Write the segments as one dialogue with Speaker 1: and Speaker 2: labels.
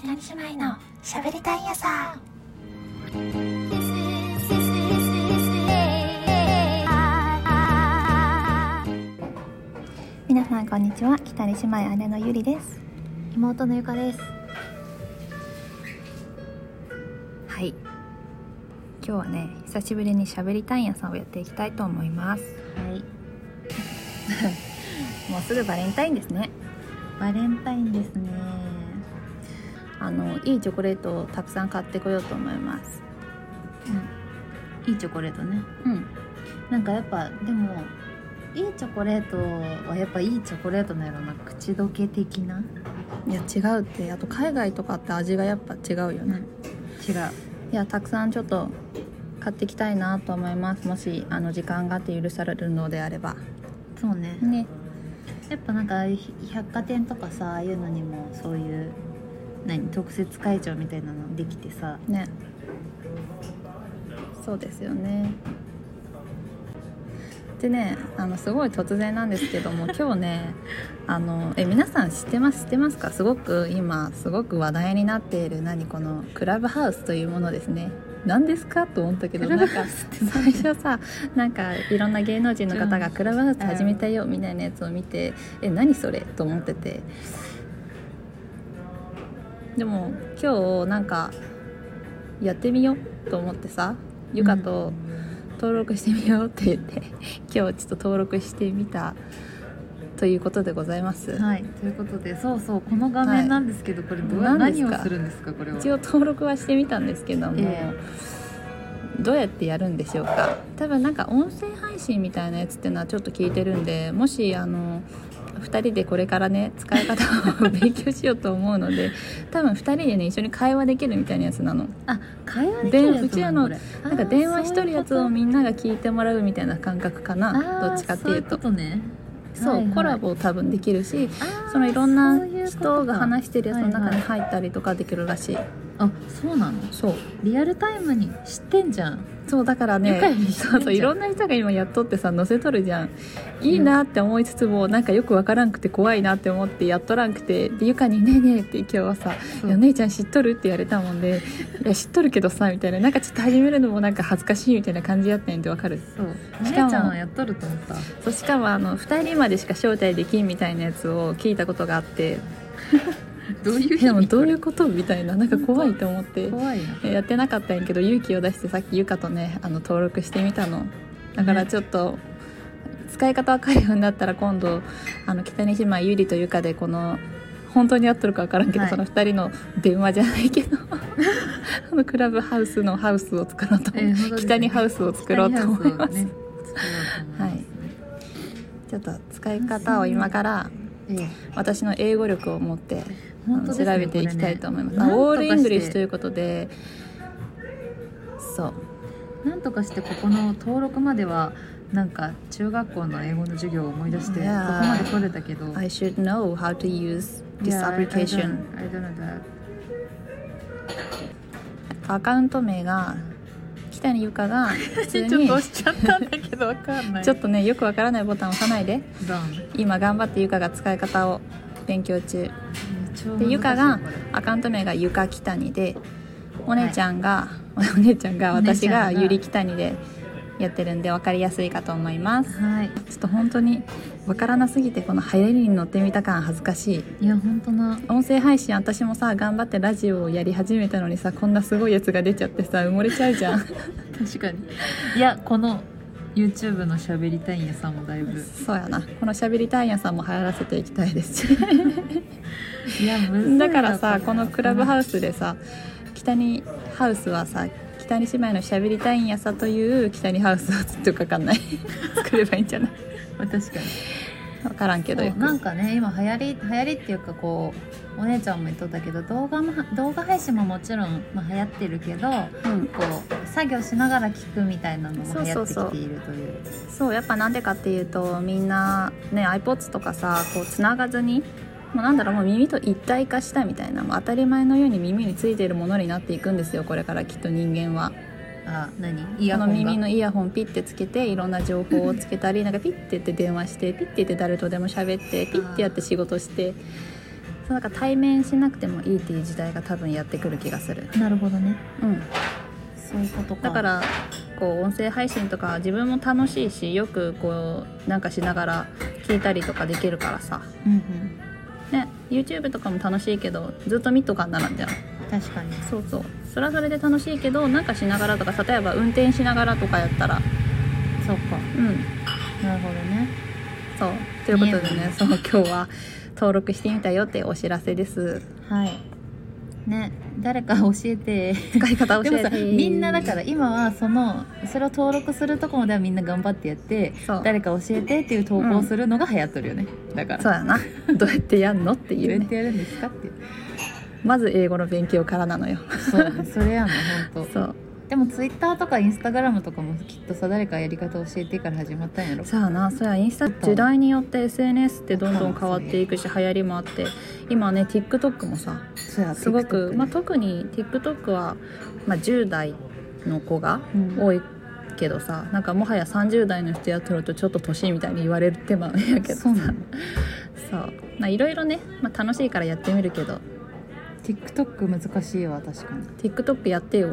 Speaker 1: 平姉妹のしゃべりたい朝皆さんこんにちは北里姉妹姉のゆりです
Speaker 2: 妹のゆかです
Speaker 1: はい今日はね久しぶりにしゃべりたい朝をやっていきたいと思います
Speaker 2: はい
Speaker 1: もうすぐバレンタインですね
Speaker 2: バレンタインですね
Speaker 1: あのいいチョコレートをたくさん買ってこようと思います
Speaker 2: いいチョコレートね
Speaker 1: うん
Speaker 2: なんかやっぱでもいいチョコレートはやっぱいいチョコレートなんやろな口どけ的ない
Speaker 1: や違うってあと海外とかって味がやっぱ違うよね、
Speaker 2: 違う
Speaker 1: いやたくさんちょっと買ってきたいなと思いますもしあの時間があって許されるのであれば
Speaker 2: そうね
Speaker 1: ね
Speaker 2: やっぱなんかひ百貨店とかさああいうのにもそういう何特設会場みたいなのできてさ
Speaker 1: ねそうですよねでねあのすごい突然なんですけど も今日ねあのえ皆さん知ってます知ってますかすごく今すごく話題になっている何このクラブハウスというものですね何ですかと思ったけどなんか最初さなんかいろんな芸能人の方がクラブハウス始めたよみたいなやつを見てえ何それと思っててでも今日なんかやってみようと思ってさゆかと登録してみようって言って今日ちょっと登録してみたということでございます、
Speaker 2: はいということでそうそうこの画面なんですけど、これどう
Speaker 1: 何です
Speaker 2: 何
Speaker 1: か
Speaker 2: をするんですかこれは
Speaker 1: 一応登録はしてみたんですけども、
Speaker 2: え
Speaker 1: どうやってやるんでしょうか多分なんか音声配信みたいなやつっていうのはちょっと聞いてるんでもしあの2人でこれからね使い方を勉強しようと思うの で多分2人でね一緒に会話できるみたいなやつなの
Speaker 2: あ会話できるやつ
Speaker 1: でうちら
Speaker 2: な
Speaker 1: の
Speaker 2: のこれあー
Speaker 1: なんか電話しとるやつ
Speaker 2: そう
Speaker 1: を
Speaker 2: いう
Speaker 1: みんなが聞いてもらうみたいな感覚か
Speaker 2: こと
Speaker 1: な
Speaker 2: あー
Speaker 1: どっちかっていうと
Speaker 2: そことね
Speaker 1: そう、
Speaker 2: はいはい
Speaker 1: コラボを多分できるし
Speaker 2: あー
Speaker 1: そのいろんな
Speaker 2: そういうことか
Speaker 1: 人が話してるやつの中
Speaker 2: はい
Speaker 1: に
Speaker 2: は
Speaker 1: 入ったりとかできるらしい、
Speaker 2: あそうなの
Speaker 1: そう
Speaker 2: リアルタイムに知ってんじゃん
Speaker 1: そうだから
Speaker 2: ゆか
Speaker 1: ね
Speaker 2: りに
Speaker 1: そうそういろんな人が今やっとってさ載せとるじゃんいいなって思いつつもなんかよくわからんくて怖いなって思ってやっとらんくてでゆかに「ねえねえ」って今日はさ「
Speaker 2: そ
Speaker 1: い
Speaker 2: う
Speaker 1: やお姉ちゃん知っとる?」って言われたもんで「いや知っとるけどさ」みたいななんかちょっと始めるのもなんか恥ずかしいみたいな感じやったんやってわかる
Speaker 2: そうお姉
Speaker 1: し
Speaker 2: ち
Speaker 1: かも
Speaker 2: ゃんはやっとると思った
Speaker 1: そうしかもあの2人までしか招待できんみたいなやつを聞いたことがあって
Speaker 2: どういう意味
Speaker 1: でもどう いうこ
Speaker 2: こ
Speaker 1: とみたいななんか怖いと思って
Speaker 2: れ怖いな
Speaker 1: えやってなかったんやけど勇気を出してさっきゆかとねあの登録してみたのだからちょっと、使い方わかるようになったら今度あの北西島ゆりとゆかでこの本当に合ってるかわからんけど、
Speaker 2: はい
Speaker 1: その2人の電話じゃないけ どあのクラブハウスのハウスを作ろうと思う、
Speaker 2: えー本当ですね
Speaker 1: 北にハウスを 作ろうと思います、
Speaker 2: 北にハウスをね作ろうと思いますね
Speaker 1: ちょっと使い方を今から
Speaker 2: ええ
Speaker 1: 私の英語力を持って
Speaker 2: 本当ですね
Speaker 1: 調べていきたいと思います、
Speaker 2: これね
Speaker 1: あオールイングリッシュ
Speaker 2: なんとかして
Speaker 1: ということでそう
Speaker 2: なんとかしてここの登録まではなんか中学校の英語の授業を思い出して
Speaker 1: い
Speaker 2: ここ
Speaker 1: やー
Speaker 2: まで取れたけど
Speaker 1: I should know how to use this
Speaker 2: Yeah, I- I
Speaker 1: application.
Speaker 2: don't- I don't know that.
Speaker 1: アカウント名が北にゆか が普通に
Speaker 2: ちょっと押しちゃったんだけどわかんな い
Speaker 1: ちょっとねよくわからないボタンを押さないで
Speaker 2: ダン
Speaker 1: 今頑張ってゆかが使い方を勉強中でゆかがアカウント名がゆか北にでお姉ちゃんが、 お姉ちゃんが
Speaker 2: お姉
Speaker 1: 私
Speaker 2: ちゃ
Speaker 1: が
Speaker 2: んが
Speaker 1: ゆり北にでやってるんで分かりやすいかと思います
Speaker 2: はい
Speaker 1: ちょっと本当にわからなすぎてこの流行りに乗ってみた感恥ずかしい
Speaker 2: いや本当な
Speaker 1: 音声配信私もさ頑張ってラジオをやり始めたのにさこんなすごいやつが出ちゃってさ埋もれちゃうじゃん
Speaker 2: 確かにいやこの YouTube のしゃべりたいんやさんもだいぶ
Speaker 1: そうやなこのしゃべりたいやさんも流行らせていきたいですし
Speaker 2: いやむずいな
Speaker 1: だからさこのクラブハ
Speaker 2: ウ
Speaker 1: ウスでさ北にハウスはさ北に姉妹のしゃべりたいんやさという北にハウスをずっとかかんない 作ればいいんじゃない
Speaker 2: ス確かに
Speaker 1: 分からんけど
Speaker 2: そう
Speaker 1: よく
Speaker 2: なんかね今流行り流行りっていうかこうお姉ちゃんも言っとったけど動画も動画配信ももちろん、まあ、流行ってるけど
Speaker 1: うん
Speaker 2: こう作業しながら聞くみたいなの
Speaker 1: そう
Speaker 2: も流
Speaker 1: そ
Speaker 2: 行
Speaker 1: う
Speaker 2: って
Speaker 1: そう
Speaker 2: きているという
Speaker 1: そうやっぱなんでかっていうとみんなね iPods とかさこうつながずにもうなんだろうもう耳と一体化したみたいなもう当たり前のように耳についているものになっていくんですよこれからきっと人間は
Speaker 2: あ何イ
Speaker 1: こ
Speaker 2: ヤ
Speaker 1: の
Speaker 2: ホンが
Speaker 1: 耳のイヤホンピッてつけていろんな情報をつけたりなんかピッてやって電話してピッてやって誰とでも喋ってピッてやって仕事してそうなんか対面しなくてもいいっていう時代が多分やってくる気がする、
Speaker 2: なるほどね
Speaker 1: うん、
Speaker 2: そういうことか
Speaker 1: だからこう音声配信とか自分も楽しいしよくこうなんかしながら聞いたりとかできるからさ、
Speaker 2: うんうん
Speaker 1: ね、YouTube とかも楽しいけどずっと見とかんならんじゃん
Speaker 2: 確かに
Speaker 1: そうそうそれはそれで楽しいけどなんかしながらとか例えば運転しながらとかやったら
Speaker 2: そうか
Speaker 1: うん
Speaker 2: なるほどね
Speaker 1: そうということで
Speaker 2: 見えな
Speaker 1: ね
Speaker 2: い
Speaker 1: そう今日は登録してみたよってお知らせです
Speaker 2: はいね誰か教えて
Speaker 1: 使い方教
Speaker 2: でも
Speaker 1: え
Speaker 2: さ
Speaker 1: て
Speaker 2: みんなだから今はそのそれを登録するとこまではみんな頑張ってやって
Speaker 1: そう
Speaker 2: 誰か教えてっていう投稿をするのが流行っとるよね、だから
Speaker 1: そうやなどうやってやんのって
Speaker 2: ど
Speaker 1: いうう
Speaker 2: やっ
Speaker 1: ね
Speaker 2: てやるんですかっていう
Speaker 1: まず英語の勉強からなのよ
Speaker 2: そうねそれやんの本
Speaker 1: そう
Speaker 2: 当でもツイッターとかインスタグラムとかもきっとさ誰かやり方教えてから始まったんやろ
Speaker 1: そうやなそうやインスタ時代によって SNS ってどんどん変わっていくし流行りもあって今ね TikTok もさ
Speaker 2: そうや
Speaker 1: すごく、まあ、
Speaker 2: と、
Speaker 1: 特に TikTok は、まあ、10代の子が
Speaker 2: うん
Speaker 1: 多いけどさなんかもはや30代の人やってるとちょっと年みたいに言われる手間やけど
Speaker 2: そ
Speaker 1: さ
Speaker 2: うなの
Speaker 1: そうまあいろいろね、まあ、楽しいからやってみるけど
Speaker 2: TikTok 難しいわ確かに
Speaker 1: TikTok やってよ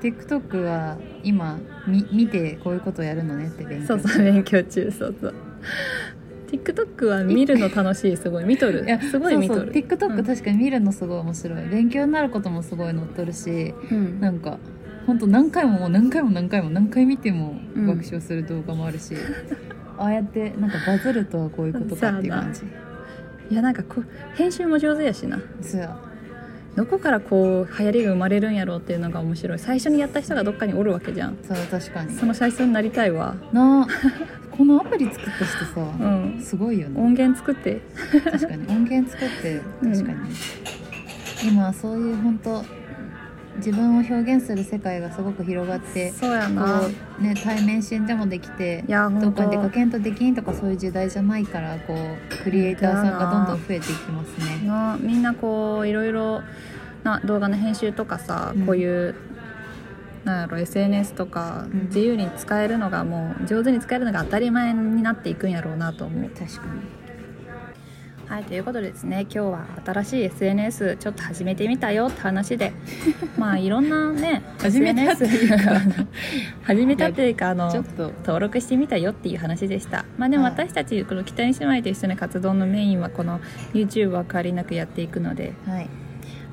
Speaker 2: TikTok は今み見てこういうことやるのねって勉強
Speaker 1: そうそう勉強中そうそう TikTok は見るの楽しいすごい見とる
Speaker 2: いや
Speaker 1: すごい見とる
Speaker 2: そうそう TikTok、
Speaker 1: うん
Speaker 2: 確かに見るのすごい面白い勉強になることもすごい載っとるし
Speaker 1: うん
Speaker 2: なんか本当何回ももう何回も何回も何回見ても
Speaker 1: うん
Speaker 2: 学習する動画もあるし、ああやってなんかバズるとはこういうことかっていう感じ
Speaker 1: いやなんかこう編集も上手やしな
Speaker 2: そうや
Speaker 1: どこからこう流行りが生まれるんやろうっていうのが面白い最初にやった人がどっかにおるわけじゃん
Speaker 2: そう確かに
Speaker 1: その最初になりたいわ
Speaker 2: なあこのアプリ作った人さ
Speaker 1: う、ん
Speaker 2: すごいよね
Speaker 1: 音源作って
Speaker 2: 確かに音源作って
Speaker 1: うん
Speaker 2: 確かに、今そういう本当自分を表現する世界がすごく広がって
Speaker 1: そうや
Speaker 2: こ、
Speaker 1: ないう
Speaker 2: ね、対面しんでもできて
Speaker 1: や
Speaker 2: ど
Speaker 1: 本
Speaker 2: っか
Speaker 1: 当
Speaker 2: に出かけんとできんとかそういう時代じゃないからこうクリエイターさんがどんどん増えていきますね。
Speaker 1: なみんなこういろいろな動画の編集とかさ、
Speaker 2: うん
Speaker 1: こういうなんやろ SNS とか
Speaker 2: うん
Speaker 1: 自由に使えるのがもう上手に使えるのが当たり前になっていくんやろうなと思う。
Speaker 2: 確かに
Speaker 1: はいということでですね今日は新しい SNS ちょっと始めてみたよって話 でまあいろんなね
Speaker 2: 始めたっていうか
Speaker 1: SNS 始めたっていうかあ
Speaker 2: ち
Speaker 1: の
Speaker 2: ょっと
Speaker 1: 登録してみたよっていう話でしたまあでも
Speaker 2: はい
Speaker 1: 私たちこの北に姉妹と一緒の活動のメインはこの YouTube は変わりなくやっていくので
Speaker 2: はい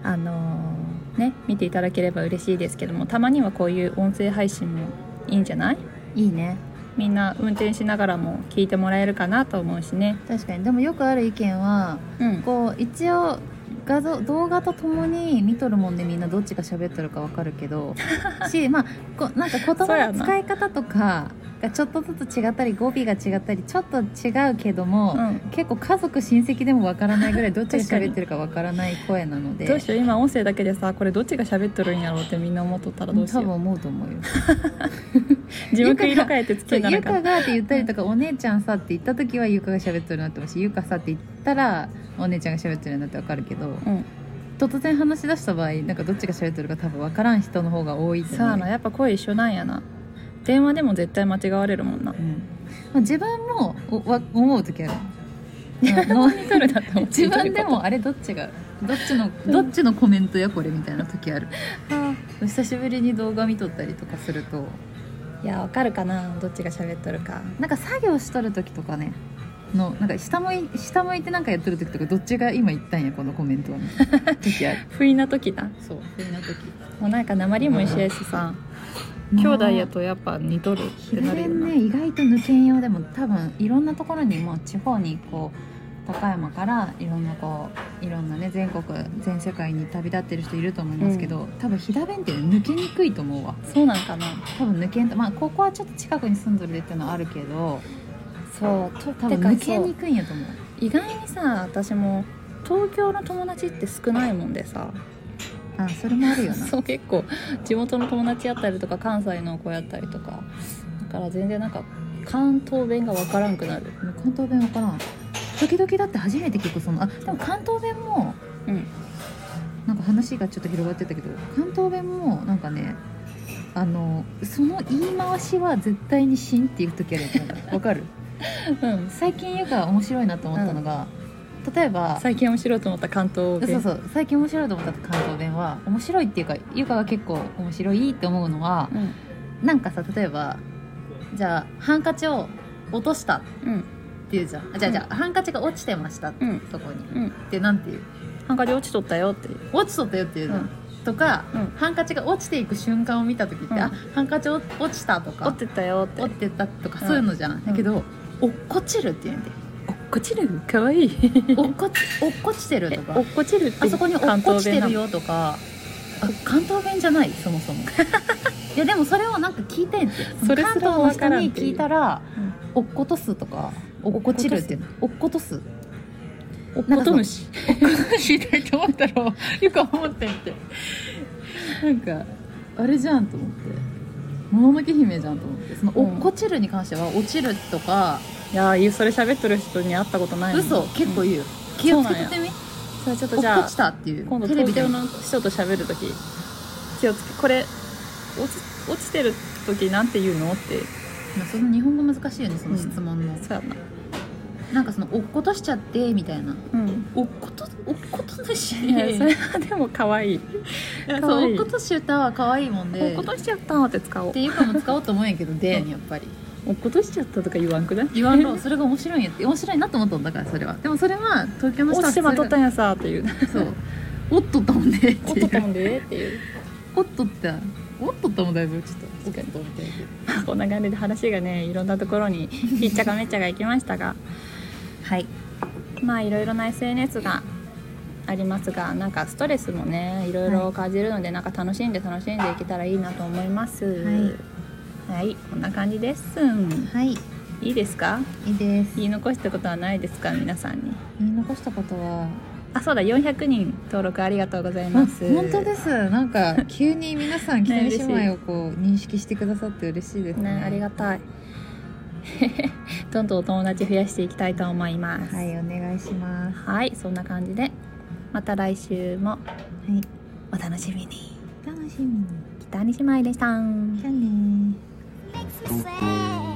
Speaker 1: あのーね見ていただければ嬉しいですけどもたまにはこういう音声配信もいいんじゃない
Speaker 2: いいね
Speaker 1: みんな運転しながらも聞いてもらえるかなと思うしね
Speaker 2: 確かにでもよくある意見は
Speaker 1: うん
Speaker 2: こう一応画像動画とともに見とるもんでみんなどっちが喋っとるかわかるけどしまあこなんか言
Speaker 1: そう
Speaker 2: 葉
Speaker 1: や
Speaker 2: の
Speaker 1: な
Speaker 2: 使い方とかがちょっとずつ違ったり語尾が違ったりちょっと違うけども、
Speaker 1: うん
Speaker 2: 結構家族親戚でもわからないぐらいどっちが喋ってるかわからない声なので
Speaker 1: どうしよう今音声だけでさこれどっちが喋っとるんやろうってみんな思っとったらどうし
Speaker 2: 多分
Speaker 1: よ
Speaker 2: 思うと思うよ。
Speaker 1: う字幕色変えてつ
Speaker 2: そ
Speaker 1: け
Speaker 2: う
Speaker 1: な
Speaker 2: ゆ
Speaker 1: らか
Speaker 2: か
Speaker 1: っ
Speaker 2: がって言ったりとか、お姉ちゃんさって言った時はゆかが喋っとるなって思うしゆかさって言ったらお姉ちゃんが喋っとるなってわかるけど、
Speaker 1: たうん
Speaker 2: 突然話し出した場合なんかどっちが喋ってるか多分分からん人の方が多い
Speaker 1: そ
Speaker 2: と
Speaker 1: うや
Speaker 2: 思う
Speaker 1: なやっぱ声一緒なんやな電話でも絶対間違われるもんな
Speaker 2: うんまあ、自分もおわ思う時あるあ の
Speaker 1: 見とるだと思って
Speaker 2: 自分でもあれどっちがどっちのどっちのコメントやこれみたいな時ある久しぶりに動画見とったりとかすると
Speaker 1: いやわかるかなどっちが喋っとるか
Speaker 2: なんか作業しとる時とかねのなんか下向い下向いてなんかやっとる時とかどっちが今言ったんやこのコメ ントはみたいな時ある
Speaker 1: 不意な時だ
Speaker 2: そう不意な時
Speaker 1: もうなんか鉛も一緒やしさ兄弟やとやっぱ似とるってなるよ
Speaker 2: 左
Speaker 1: な、
Speaker 2: ね意外と抜けんようでも多分いろんなところにもう地方にこう高山からいろんなこういろんなね全国全世界に旅立ってる人いると思いますけど、多分飛騨弁って抜けにくいと思うわ
Speaker 1: そうなんかな
Speaker 2: 多分抜けんとまあここはちょっと近くに住んどるでっていうのはあるけど
Speaker 1: そうと
Speaker 2: 多
Speaker 1: て
Speaker 2: 分
Speaker 1: か
Speaker 2: 抜け
Speaker 1: そう
Speaker 2: にくいんやと思う
Speaker 1: 意外にさ私も東京の友達って少ないもんでさ
Speaker 2: あそれもあるよな
Speaker 1: そう結構地元の友達やったりとか関西の子やったりとかだから全然なんか関東弁がわからんくなる
Speaker 2: もう関東弁わからん時々だって初めて聞くそのあでも関東弁も、
Speaker 1: うん
Speaker 2: なんか話がちょっと広がってたけど関東弁もなんかねあのその言い回しは絶対に「しん」っていう時あるやつなんかわかる
Speaker 1: うん
Speaker 2: 最近ゆか面白いなと思ったのが、例えば
Speaker 1: 最近面白いと思った関東
Speaker 2: そう
Speaker 1: 弁
Speaker 2: そう最近面白いと思った関東弁は面白いっていうかゆかが結構面白いって思うのは
Speaker 1: うん
Speaker 2: なんかさ例えばじゃあハンカチを落としたって
Speaker 1: うん
Speaker 2: 言うじゃんあじゃあじゃあハンカチが落ちてました
Speaker 1: うん
Speaker 2: そこに
Speaker 1: うん
Speaker 2: ってなんていう
Speaker 1: ハンカチ落ちとったよっていう
Speaker 2: 落ちとったよっていうじゃん、
Speaker 1: うん
Speaker 2: とか、
Speaker 1: うん
Speaker 2: ハンカチが落ちていく瞬間を見た時っ
Speaker 1: う
Speaker 2: て、
Speaker 1: ん
Speaker 2: あハンカチ落ちたと
Speaker 1: 落
Speaker 2: か
Speaker 1: ちてたよって
Speaker 2: 落ちてたとかそういうのじゃん、
Speaker 1: ん
Speaker 2: だけど落っこちるって言うんで
Speaker 1: 落っこちるかわいい
Speaker 2: 落っこち落っこちてるとか
Speaker 1: 落っこちるって
Speaker 2: あそこに落っこちてる
Speaker 1: よ
Speaker 2: よとかあ関東弁じゃないそ もそもいやでもそれをなんか聞いてんですよ
Speaker 1: それ
Speaker 2: 関
Speaker 1: す
Speaker 2: 東
Speaker 1: ら
Speaker 2: の
Speaker 1: わ
Speaker 2: 人
Speaker 1: からん
Speaker 2: に
Speaker 1: っていう
Speaker 2: 聞いたら落っことすとか落っこちるっていうの落っことす
Speaker 1: 落っこと虫
Speaker 2: 知りたいと思ったらよく思ってんってなんかあれじゃんと思ってもののけ姫じゃんと思ってその
Speaker 1: うん
Speaker 2: 落っこちるに関しては落ちるとか、
Speaker 1: いやーそれ喋っとる人に会ったことないもん
Speaker 2: 嘘結構
Speaker 1: うん
Speaker 2: 言う、気をつけ
Speaker 1: そうな
Speaker 2: て
Speaker 1: ん
Speaker 2: み
Speaker 1: それちょっとじ
Speaker 2: 落っ
Speaker 1: ゃ
Speaker 2: こ
Speaker 1: あ
Speaker 2: ちたっていう
Speaker 1: 今度
Speaker 2: テレビ
Speaker 1: 東
Speaker 2: で
Speaker 1: 京
Speaker 2: も
Speaker 1: の人と喋るとき気をつけこれ落ち落ちてるときなんて言うのって
Speaker 2: まあその日本語難しいよねその質問の、
Speaker 1: そうやな
Speaker 2: なんかその落っことしちゃってみたいな
Speaker 1: うん
Speaker 2: 落っこと落っことだし
Speaker 1: いや それはでも可愛い可
Speaker 2: そう
Speaker 1: 愛
Speaker 2: 落
Speaker 1: い
Speaker 2: っことし歌は可愛いもんで
Speaker 1: 落っことしちゃったって使おう
Speaker 2: っていうかも使おうと思うんやけどでやっぱり
Speaker 1: 落っことしちゃったとか言わんくない
Speaker 2: 言わ んろそれが面白いんやって面白いなと思ったんだからそれはでもそれは東京の
Speaker 1: 落
Speaker 2: 人は
Speaker 1: ちてまとった
Speaker 2: ん
Speaker 1: んやさーっていう
Speaker 2: そうおっとったもんねっていう
Speaker 1: 落っとったもんでっていう
Speaker 2: おっとったおっとったもんだいぶちょっとおっとったみたいな
Speaker 1: まあ こんな感じで話がねいろんなところにひっちゃかめっちゃが行きましたが
Speaker 2: はい
Speaker 1: まあいろいろな SNS がありますがなんかストレスもねいろいろ感じるので、なんか楽しんで楽しんでいけたらいいなと思いますはい、こんな感じです
Speaker 2: はいい
Speaker 1: いいですか
Speaker 2: いです
Speaker 1: 言い残したことはないですか皆さんに
Speaker 2: 言い残したことは
Speaker 1: あそうだ400人登録ありがとうござい
Speaker 2: あ
Speaker 1: ます
Speaker 2: 本当ですなんか急に皆さん北見
Speaker 1: ね
Speaker 2: 姉妹をこう認識してくださって嬉しいですね
Speaker 1: ねありがたい どんどんお友達増やしていきたいと思います
Speaker 2: はいお願いします
Speaker 1: はい、そんな感じでまた来週も
Speaker 2: はい
Speaker 1: お楽しみに
Speaker 2: 楽しみに
Speaker 1: 北西舞でした
Speaker 2: じゃあねー
Speaker 3: makes me sad.